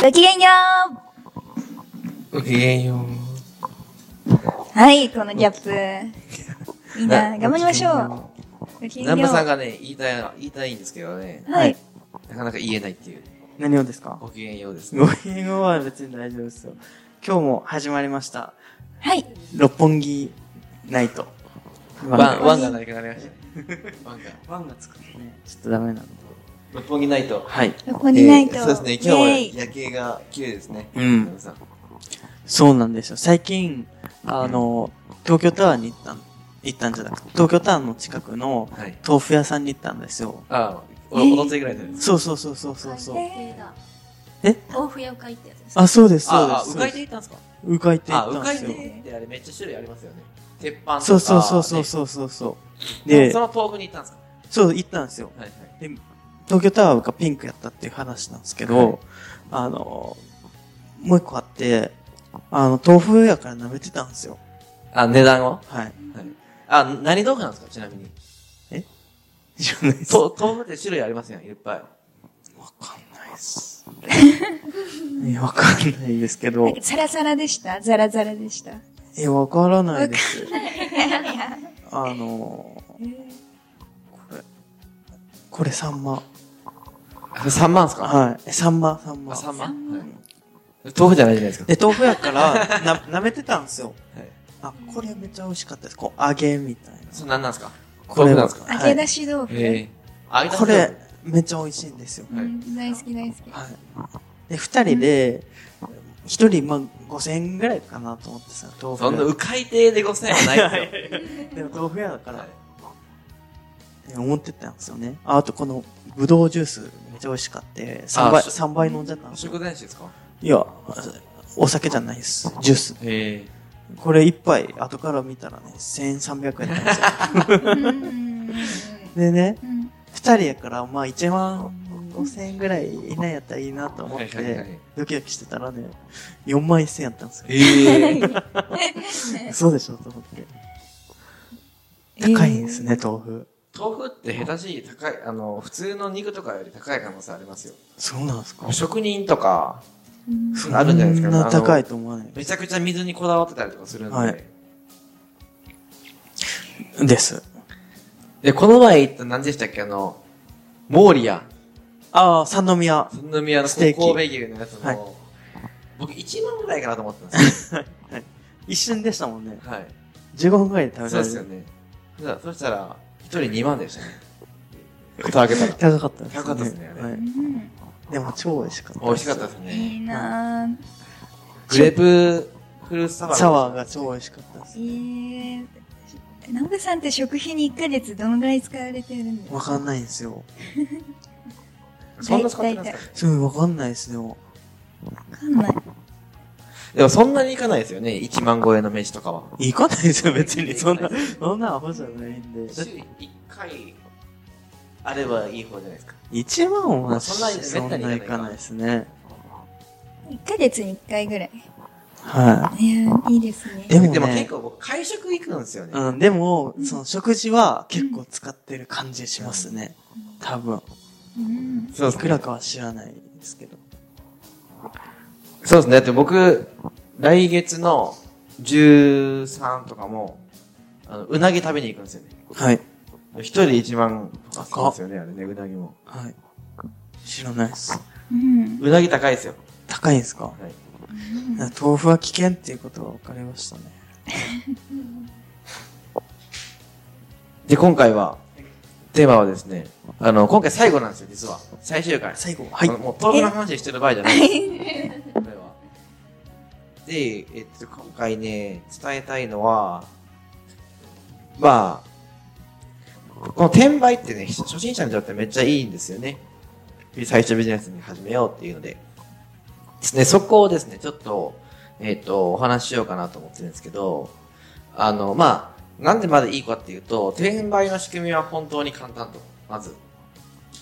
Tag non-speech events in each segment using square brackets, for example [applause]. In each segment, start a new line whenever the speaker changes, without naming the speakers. ごきげんよ
ごきげんよう。
うはい、このギャップ。みんな、頑張りましょう。ごきげんよう。
南波さんがね、言いたい、言いたいんですけどね、
はい。
なかなか言えないっていう。
何をですか
ごきげんようですね。
ご英語は別に大丈夫ですよ。今日も始まりました。
はい。
六本木ナイト。
ワン、
ワ
ワンが何かなりましたね。ワンが。
ンワンがつくとね、ちょっとダメなの。
六本木ナイト。
はい。
六本木ナイト。
えーそうですね、今
イ
日
ェイ
は夜景が綺麗ですね。
うん
南波さん
そうなんですよ。最近、あの、東京タワーに行ったん、行ったんじゃなくて、東京タワーの近くの
はい。
豆腐屋さんに行ったんですよ。
ああ、お、
えー
おとついぐらいだよね。
そうそうそうそうそうそう。
え
え
豆腐屋を買いってやつです。
あ、そうです、そうで
ああ、
す。
うかいて行ったんですか
うかいて行
あ、
っ
う
た
か
ん
い
ですよ。
てってあれめっちゃ種類ありますよね。鉄板とか。
そうそうそうそうそうそうそう。
ね
で
そ、の豆腐に行ったんですか
そう、行ったんですよ。
はいはい。
東京タワーがピンクやったっていう話なんですけど、
はい
あの、もう一個あって、あの、豆腐屋から舐めてたんですよ。
あ、値段を
はい。
あ、何豆腐なんですかちなみに。
知らないです。わ
と、豆腐って種類ありますよね、いっぱい。
かんない [laughs] です。え、わかんないですけ
な
ど
んか、ザラザラでしたザラザラでした。
え、わからないです。あの、これ、これサンマ。
あ、3万ですか
はい。えサンマ、サンマ。
あ、3万はい。豆腐じゃないじゃないですか。
で、豆腐屋から、な、舐めてたんですよ。
はい
あ、これめっちゃ美味しかったです。こう、揚げみたいな。
それ何なんですか
これ
豆
は
腐なんです
はい
揚げ出し豆腐。
ええ。
これ、めっちゃ美味しいんですよ。
う
はい
ん大好き大好き。
はい。で、二人で、一人、まあ、5000円ぐらいかなと思ってさ、豆腐
そ
屋。
んな、うかい亭で5000円はないですよ。 [laughs]
でも豆腐屋だから、
はい
って思ってたんですよね。あ、あとこの、ぶどうジュース、めっちゃ美味しかって、3倍、
し
三倍飲んじゃったんですよ。
食前酒ですか
いや、お酒じゃないです。ジュース。
え
これ一杯、後から見たらね、1300円なんですよ。
うんうんうん
でね、
うん
二人やから、まあ1万5000円ぐらい以内やったらいいなと思っ
はいはいはい
て、ドキドキしてたらね、4万1000円やったんですよ
え。。ええ。
そうでしょと思って。高いですね、豆腐。
豆腐って下手しい高い、あの、普通の肉とかより高い可能性ありますよ。
そうなんですか
職人とか、
うん
あるんじゃないですか
そんな高
あ
い
の
と思わな
めちゃくちゃ水にこだわってたりとかするんで。
はいい。です。
で、この前行った何でしたっけあの、モーリア。
ああ、三宮。
三宮の
ステー
神
キ
戸牛のやつも、
はい
僕1万ぐらいかなと思ったんです
一瞬でしたもんね。
よ。はい。
15分ぐらいで食べ
そ
ら
う
れ
で
る。
すよね。じゃあそしたら、一人2万でしたね。蓋開け
[laughs]
たら。
高かったですね。
高かったですねあれ
は
う
い。
ん
でも超美味しかった。
美味しかったです
いい
ね。
なぁ。
グレープフルーツサワー。
サワーが超美味しかったです
え。ー、南部さんって食費に1ヶ月どのぐらい使われてるんですか
わかんないんですよ。
そんな使ってないですか
すごいわかんないですよ。
わかんない。
でもそんなにいかないですよね。1万超えの飯とかは。
行かないですよ、別に。そんな
行かな、
そんなアホじゃないんで。
1回あればいい方じゃないですか。
1万は
そんな
そんな行かないですね。
1ヶ月に1回ぐらい。
はい
やーいいですね。
でもね
でも結構僕、会食行くんですよね。
い。うん、でも、その食事は結構使ってる感じしますね。多分。
うん
そう
い
です
くらかは知らないですけど。
そうですね。だって僕、来月の13とかも、あの、うなぎ食べに行くんですよね。
はい。
一人1万とかするんですよね、あれね、うなぎも。
はい。知らないです。
うん。
うなぎ高いですよ。
高いんですか、
い
豆腐は危険っていうことが分かりましたね。
で、今回は、テーマはですね、あの、今回最後なんですよ、実は。最終回。
最後、はい
あの。もう、豆腐の話してる場合じゃないです。これは。 [laughs] で、えっと、今回ね、伝えたいのは、まあ、この転売ってね、初心者にとってめっちゃいいんですよね。最初ビジネスに始めようっていうので。ですね、そこをですね、ちょっと、えっ、と、お話ししようかなと思ってるんですけど、あの、まあ、なんでまだいいかっていうと、転売の仕組みは本当に簡単と、まず。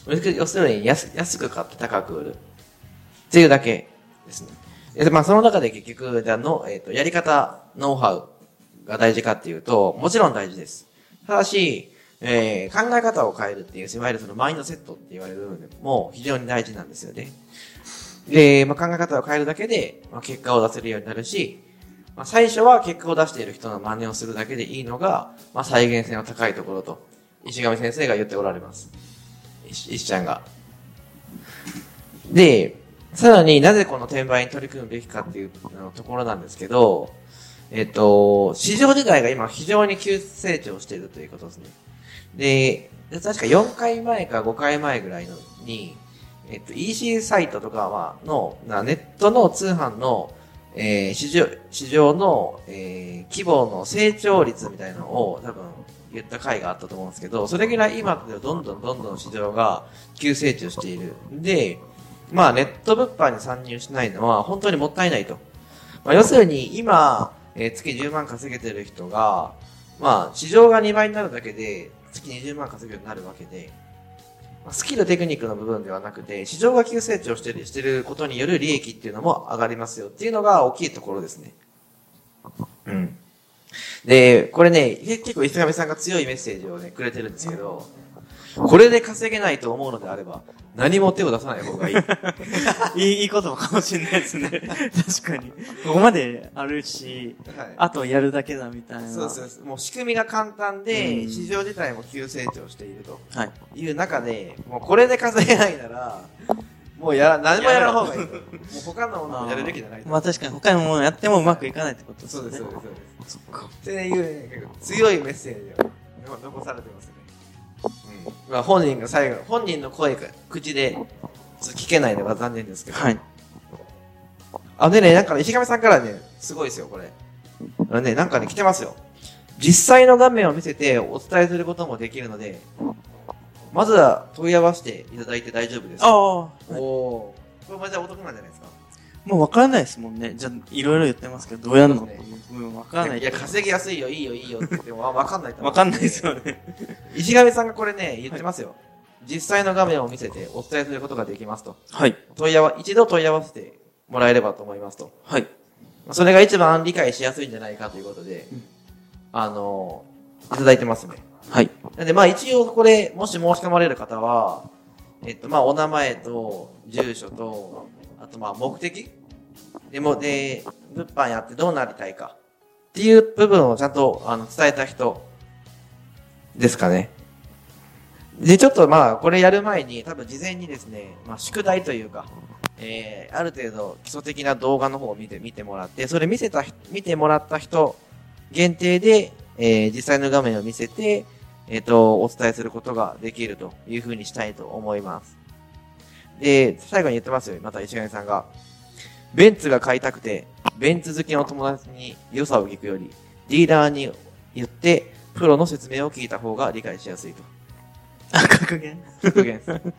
要するに安、安く買って高く売る。っていうだけですね。で、まあ、その中で結局、じゃあの、えっ、と、やり方、ノウハウが大事かっていうと、もちろん大事です。ただし、えー考え方を変えるっていう、いわゆるそのマインドセットって言われる部分でも非常に大事なんですよね。で、まあ、考え方を変えるだけで、まあ、結果を出せるようになるし、まあ、最初は結果を出している人の真似をするだけでいいのが、まあ、再現性の高いところと、石上先生が言っておられます。石石ちゃんが。で、さらになぜこの転売に取り組むべきかっていうあのところなんですけど、えっと、市場自体が今非常に急成長しているということですね。で、確か4回前か5回前ぐらいのに、えっと、EC サイトとかはの、なネットの通販の、えー市場、市場の、えー規模の成長率みたいなのを多分言った回があったと思うんですけど、それぐらい今ってどんどんどんどん市場が急成長している。で、まあネット物販に参入しないのは本当にもったいないと。まあ、要するに今、えー月10万稼げてる人が、まあ市場が2倍になるだけで月20万稼ぐようになるわけで、まあスキルテクニックの部分ではなくて、市場が急成長してるしてることによる利益っていうのも上がりますよっていうのが大きいところですね。うん。で、これね、結構石上さんが強いメッセージをね、くれてるんですけど、これで稼げないと思うのであれば、何も手を出さない方 [laughs] がいい。
[laughs] いい、いい言葉かもしれないですね。 [laughs] 確かに。ここまであるし、あとやるだけだみたいな。
そうそうそう。もう仕組みが簡単で、
うん
市場自体も急成長していると
はい。
いう中で、もうこれで稼げないなら、もうやら、何も [laughs] やらない方がいいと。もう他のものをやるべきじゃないと。
まあ確かに他のものやってもうまくいかないってことです
そ
ね。
うです、そうです、そうです。
そっか。
っていう、ね、結構強いメッセージをの残されてますね。うん。まあ本人が最後、本人の声が口で、ちょっと聞けないのが残念ですけど。
はい。
あ、でね、なんかね、石上さんからね、すごいですよ、これ。あのね、なんかね、来てますよ。実際の画面を見せてお伝えすることもできるので、まずは問い合わせていただいて大丈夫です。
ああ、は
お
い
おー。これまたお得なんじゃないですか。
もう分からないですもんね。じゃあ、いろいろ言ってますけど、どうやるのってうん、分からない。
いや、稼ぎやすいよ、いいよ、いいよって言っても、あわかんないと思う
分かんないですよね。
石上さんがこれね、言ってますよ。実際の画面を見せてお伝えすることができますと。
はい。
問い合わ、一度問い合わせてもらえればと思いますと。
はい。
まあそれが一番理解しやすいんじゃないかということで、
うん
あのーいただいてますね。
はい。
なんでまあ一応これ、もし申し込まれる方は、えっとまあお名前と、住所と、あとまあ目的でも、で、物販やってどうなりたいかっていう部分をちゃんとあの伝えた人ですかね。で、ちょっとまあこれやる前に多分事前にですね、まあ宿題というか、えー、ある程度基礎的な動画の方を見て、見てもらって、それ見せた、見てもらった人限定で、えー、実際の画面を見せて、えっ、と、お伝えすることができるというふうにしたいと思います。で、最後に言ってますよ、また石上さんが。ベンツが買いたくて、ベンツ好きの友達に良さを聞くより、ディーラーに言って、プロの説明を聞いた方が理解しやすいと。
あ、格言。
復元する
[laughs]
だか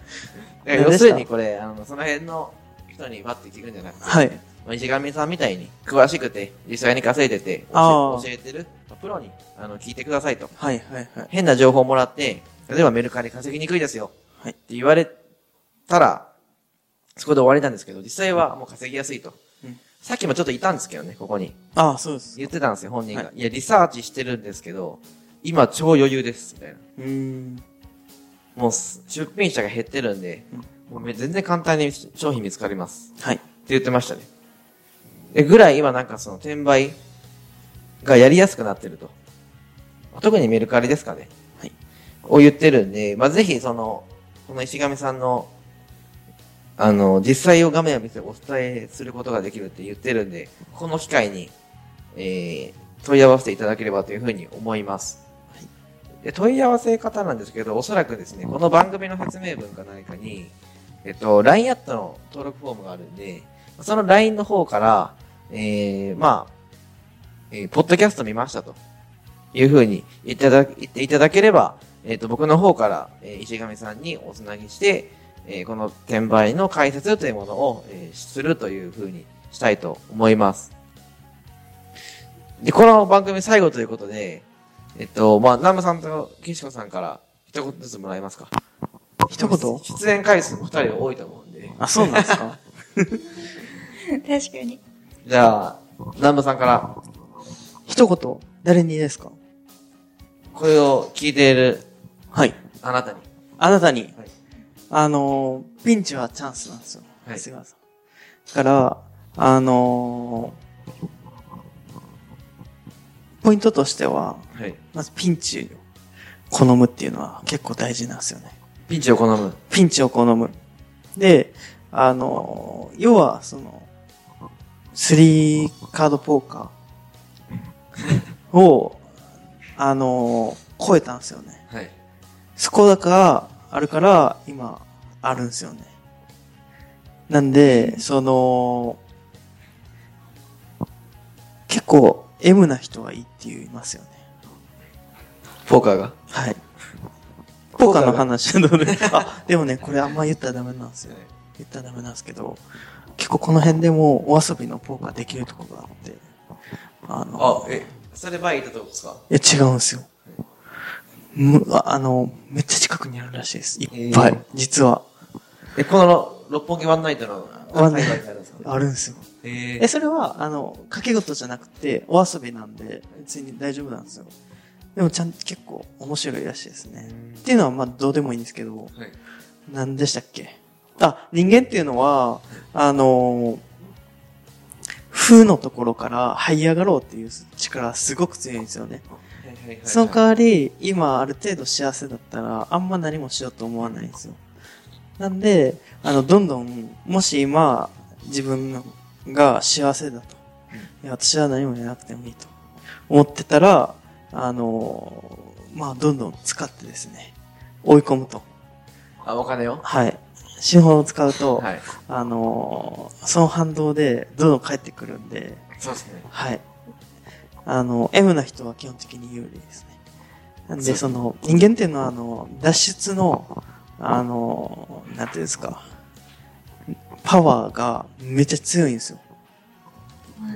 ら要するにこれ、あの、その辺の人にバッて聞くんじゃなくて、
はい。
まあ石上さんみたいに詳しくて、実際に稼いでて、
あ
教
ー
え教えてる、まあプロにあの聞いてくださいと。
はい、はい、はい。
変な情報をもらって、例えばメルカリ稼ぎにくいですよ。
はい
って言われたら、そこで終わりなんですけど、実際はもう稼ぎやすいと。
うん
さっきもちょっといたんですけどね、ここに。
ああ、そうです。
言ってたんですよ、本人が。、
はい
や、リサーチしてるんですけど、今超余裕です、みたいな。
うーん。
もうす出品者が減ってるんで、もうめ全然簡単に商品見つかります。
はい。
って言ってましたね。え、ぐらい今なんかその転売がやりやすくなってると。特にメルカリですかね。
はい。
を言ってるんで、まあ、ぜひその、この石上さんの、あの、実際を画面を見せてお伝えすることができるって言ってるんで、この機会に、えー、問い合わせていただければというふうに思います。
はい
で問い合わせ方なんですけど、おそらくですね、この番組の説明文か何かに、えっと、LINE アットの登録フォームがあるんで、その LINE の方から、えー、まあ、えー、ポッドキャスト見ましたと。いうふうに言っていただ、言っていただければ、えっ、と、僕の方から、えー石上さんにおつなぎして、えーこの転売の解説というものを、えーするというふうにしたいと思います。で、この番組最後ということで、えっ、と、まあ、南部さんと岸子さんから一言ずつもらえますか。
一言
出演回数も二人多いと思うんで。
あ、そうなんですか
確かに。
じゃあ、南部さんから、
[laughs] 一言、誰にですか
これを聞いている
はい。
あなたに。
あなたに、
はい
あのー、ピンチはチャンスなんですよ。
はい
すいません。から、あのーポイントとしては、
はい。
まずピンチを好むっていうのは結構大事なんですよね。
ピンチを好む。
ピンチを好む。で、あのー要は、その、スリーカードポーカーを、あのー超えたんですよね。
はい。
そこだから、あるから、今、あるんですよね。なんで、その、結構、M な人はいいって言いますよね。
ポーカーが。
はい。ポーカーの話はどうですかでもね、こ [laughs] れあんま言ったらダメなんですよ。言ったらダメなんですけど、結構この辺でもうお遊びのポーカーできるところがあって、あの、
あ、え、それ前言ったとこですか
いや、違うんですよ。むああの、めっちゃ近くにあるらしいです。いっぱい。
えー
実は、
え、この六本木ワンナイトの
ワンナイト
海外であるんですか
あるんですよ。
え
え、それは、あの、掛け事じゃなくて、お遊びなんで、別に大丈夫なんですよ。でも、ちゃんと結構面白いらしいですね。っていうのは、まあ、どうでもいいんですけど、
はい。
何でしたっけあ、人間っていうのは、あのー、風のところから這い上がろうっていう力はすごく強いんですよね。
はいはいはいはい
その代わり、今ある程度幸せだったら、あんま何もしようと思わないんですよ。なんで、あの、どんどん、もし今、自分が幸せだと。いや、私は何もやらなくてもいいと。思ってたら、あの、まあ、どんどん使ってですね、追い込むと。
あ、お金を
はい。手法を使うと、
はい。
あの、その反動で、どんどん返ってくるんで、
そうですね。
はい。あの、M な人は基本的に有利ですね。なんで、
そう
その、人間っていうのは、あの、脱出の、あの、なんていうんですか、パワーがめっちゃ強いんですよ。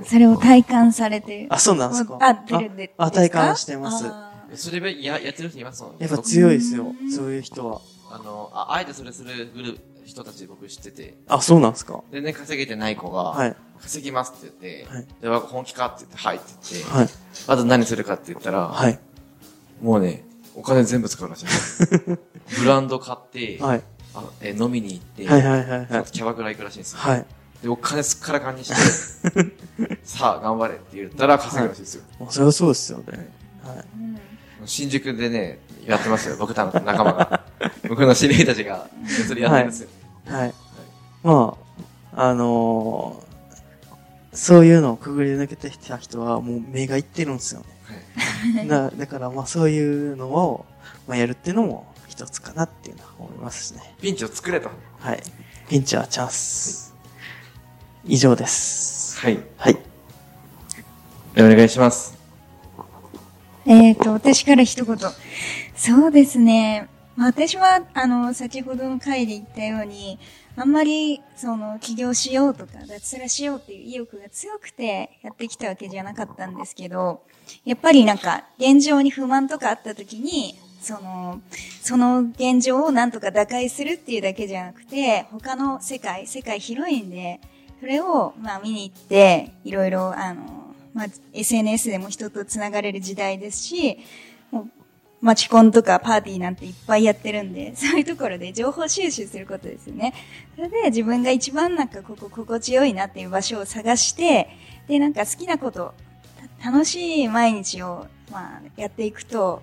それを体感されて。
あ、そうなんですか
あ、出るんで。
ああ体感してます
ですかあー
それで、や、やってる人いますもん。
やっぱ
僕
強いですよ、そういう人は。
あの、あ、あえてそれするグループ、人たち僕知ってて、
あ、そうなんですか
全然稼げてない子が、
はい。
稼ぎますって言って、
はい
で、わ本気かって言って、はいって言って、
はい。
あと何するかって言ったら、
はい。
もうね、お金全部使
[laughs]
うらしいです。ブランド買って、
はい。
あえ飲みに行って、
はいはいはいは
あ
い
と。キャバクラ行くらしいんですよ。
はい。
で、お金すっからかんにして、
[laughs]
さあ、頑張れって言ったら稼ぐらしいですよ。
もうそれはそうですよね。はい。
うん
新宿でね、やってますよ、僕たちの仲間
[laughs]
が。僕の知り合いたちが、それやってるんですよ。
はい。まあ、あのーそういうのをくぐり抜けてきた人はもう目がいってるんですよ
はい
ね。だだからまあそういうのを、まあ、やるっていうのも一つかなっていうのは思いますね。
ピンチを作れと。
はい。ピンチはチャンス。以上です。
はい。
はい。
お願いします。
えっ、と、私から一言。そうですね。まあ私は、あの、先ほどの回で言ったように、あんまり、その、起業しようとか、脱サラしようっていう意欲が強くてやってきたわけじゃなかったんですけど、やっぱりなんか、現状に不満とかあった時に、その、その現状をなんとか打開するっていうだけじゃなくて、他の世界、世界広いんで、それを、まあ見に行って、いろいろ、あの、まあ SNS でも人とつながれる時代ですし、もうマチコンとかパーティーなんていっぱいやってるんで、 [laughs] そういうところで情報収集することですよね。それで自分が一番なんかここ心地よいなっていう場所を探して、で、なんか好きなこと、た楽しい毎日を、まあ、やっていくと、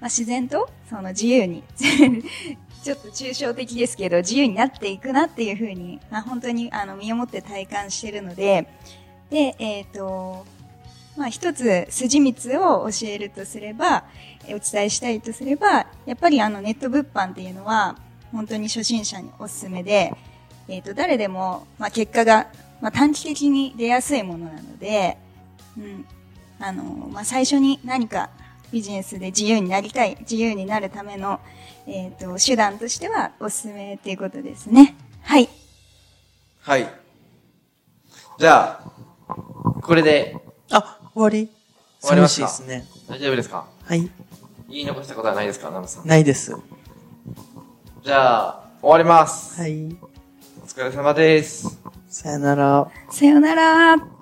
まあ、自然と、その自由に、 [laughs] ちょっと抽象的ですけど、自由になっていくなっていうふうに、まあ、本当にあの身をもって体感してるので、で、えっ、と、まあ、一つ筋道を教えるとすれば、えーお伝えしたいとすれば、やっぱりあのネット物販っていうのは、本当に初心者におすすめで、えっ、と、誰でも、まあ、結果が、まあ、短期的に出やすいものなので、うん。あの、まあ、最初に何かビジネスで自由になりたい、自由になるための、えっ、と、手段としてはおすすめっていうことですね。はい。
はい。じゃあ、これで
あ、終わり
終わりまし
寂
た
しいですね。
大丈夫ですか
はい。
言い残したことはないですかナムさん。
ないです。は
じゃあ、終わります。
い。
お疲れ様です。
さよなら。
さよなら。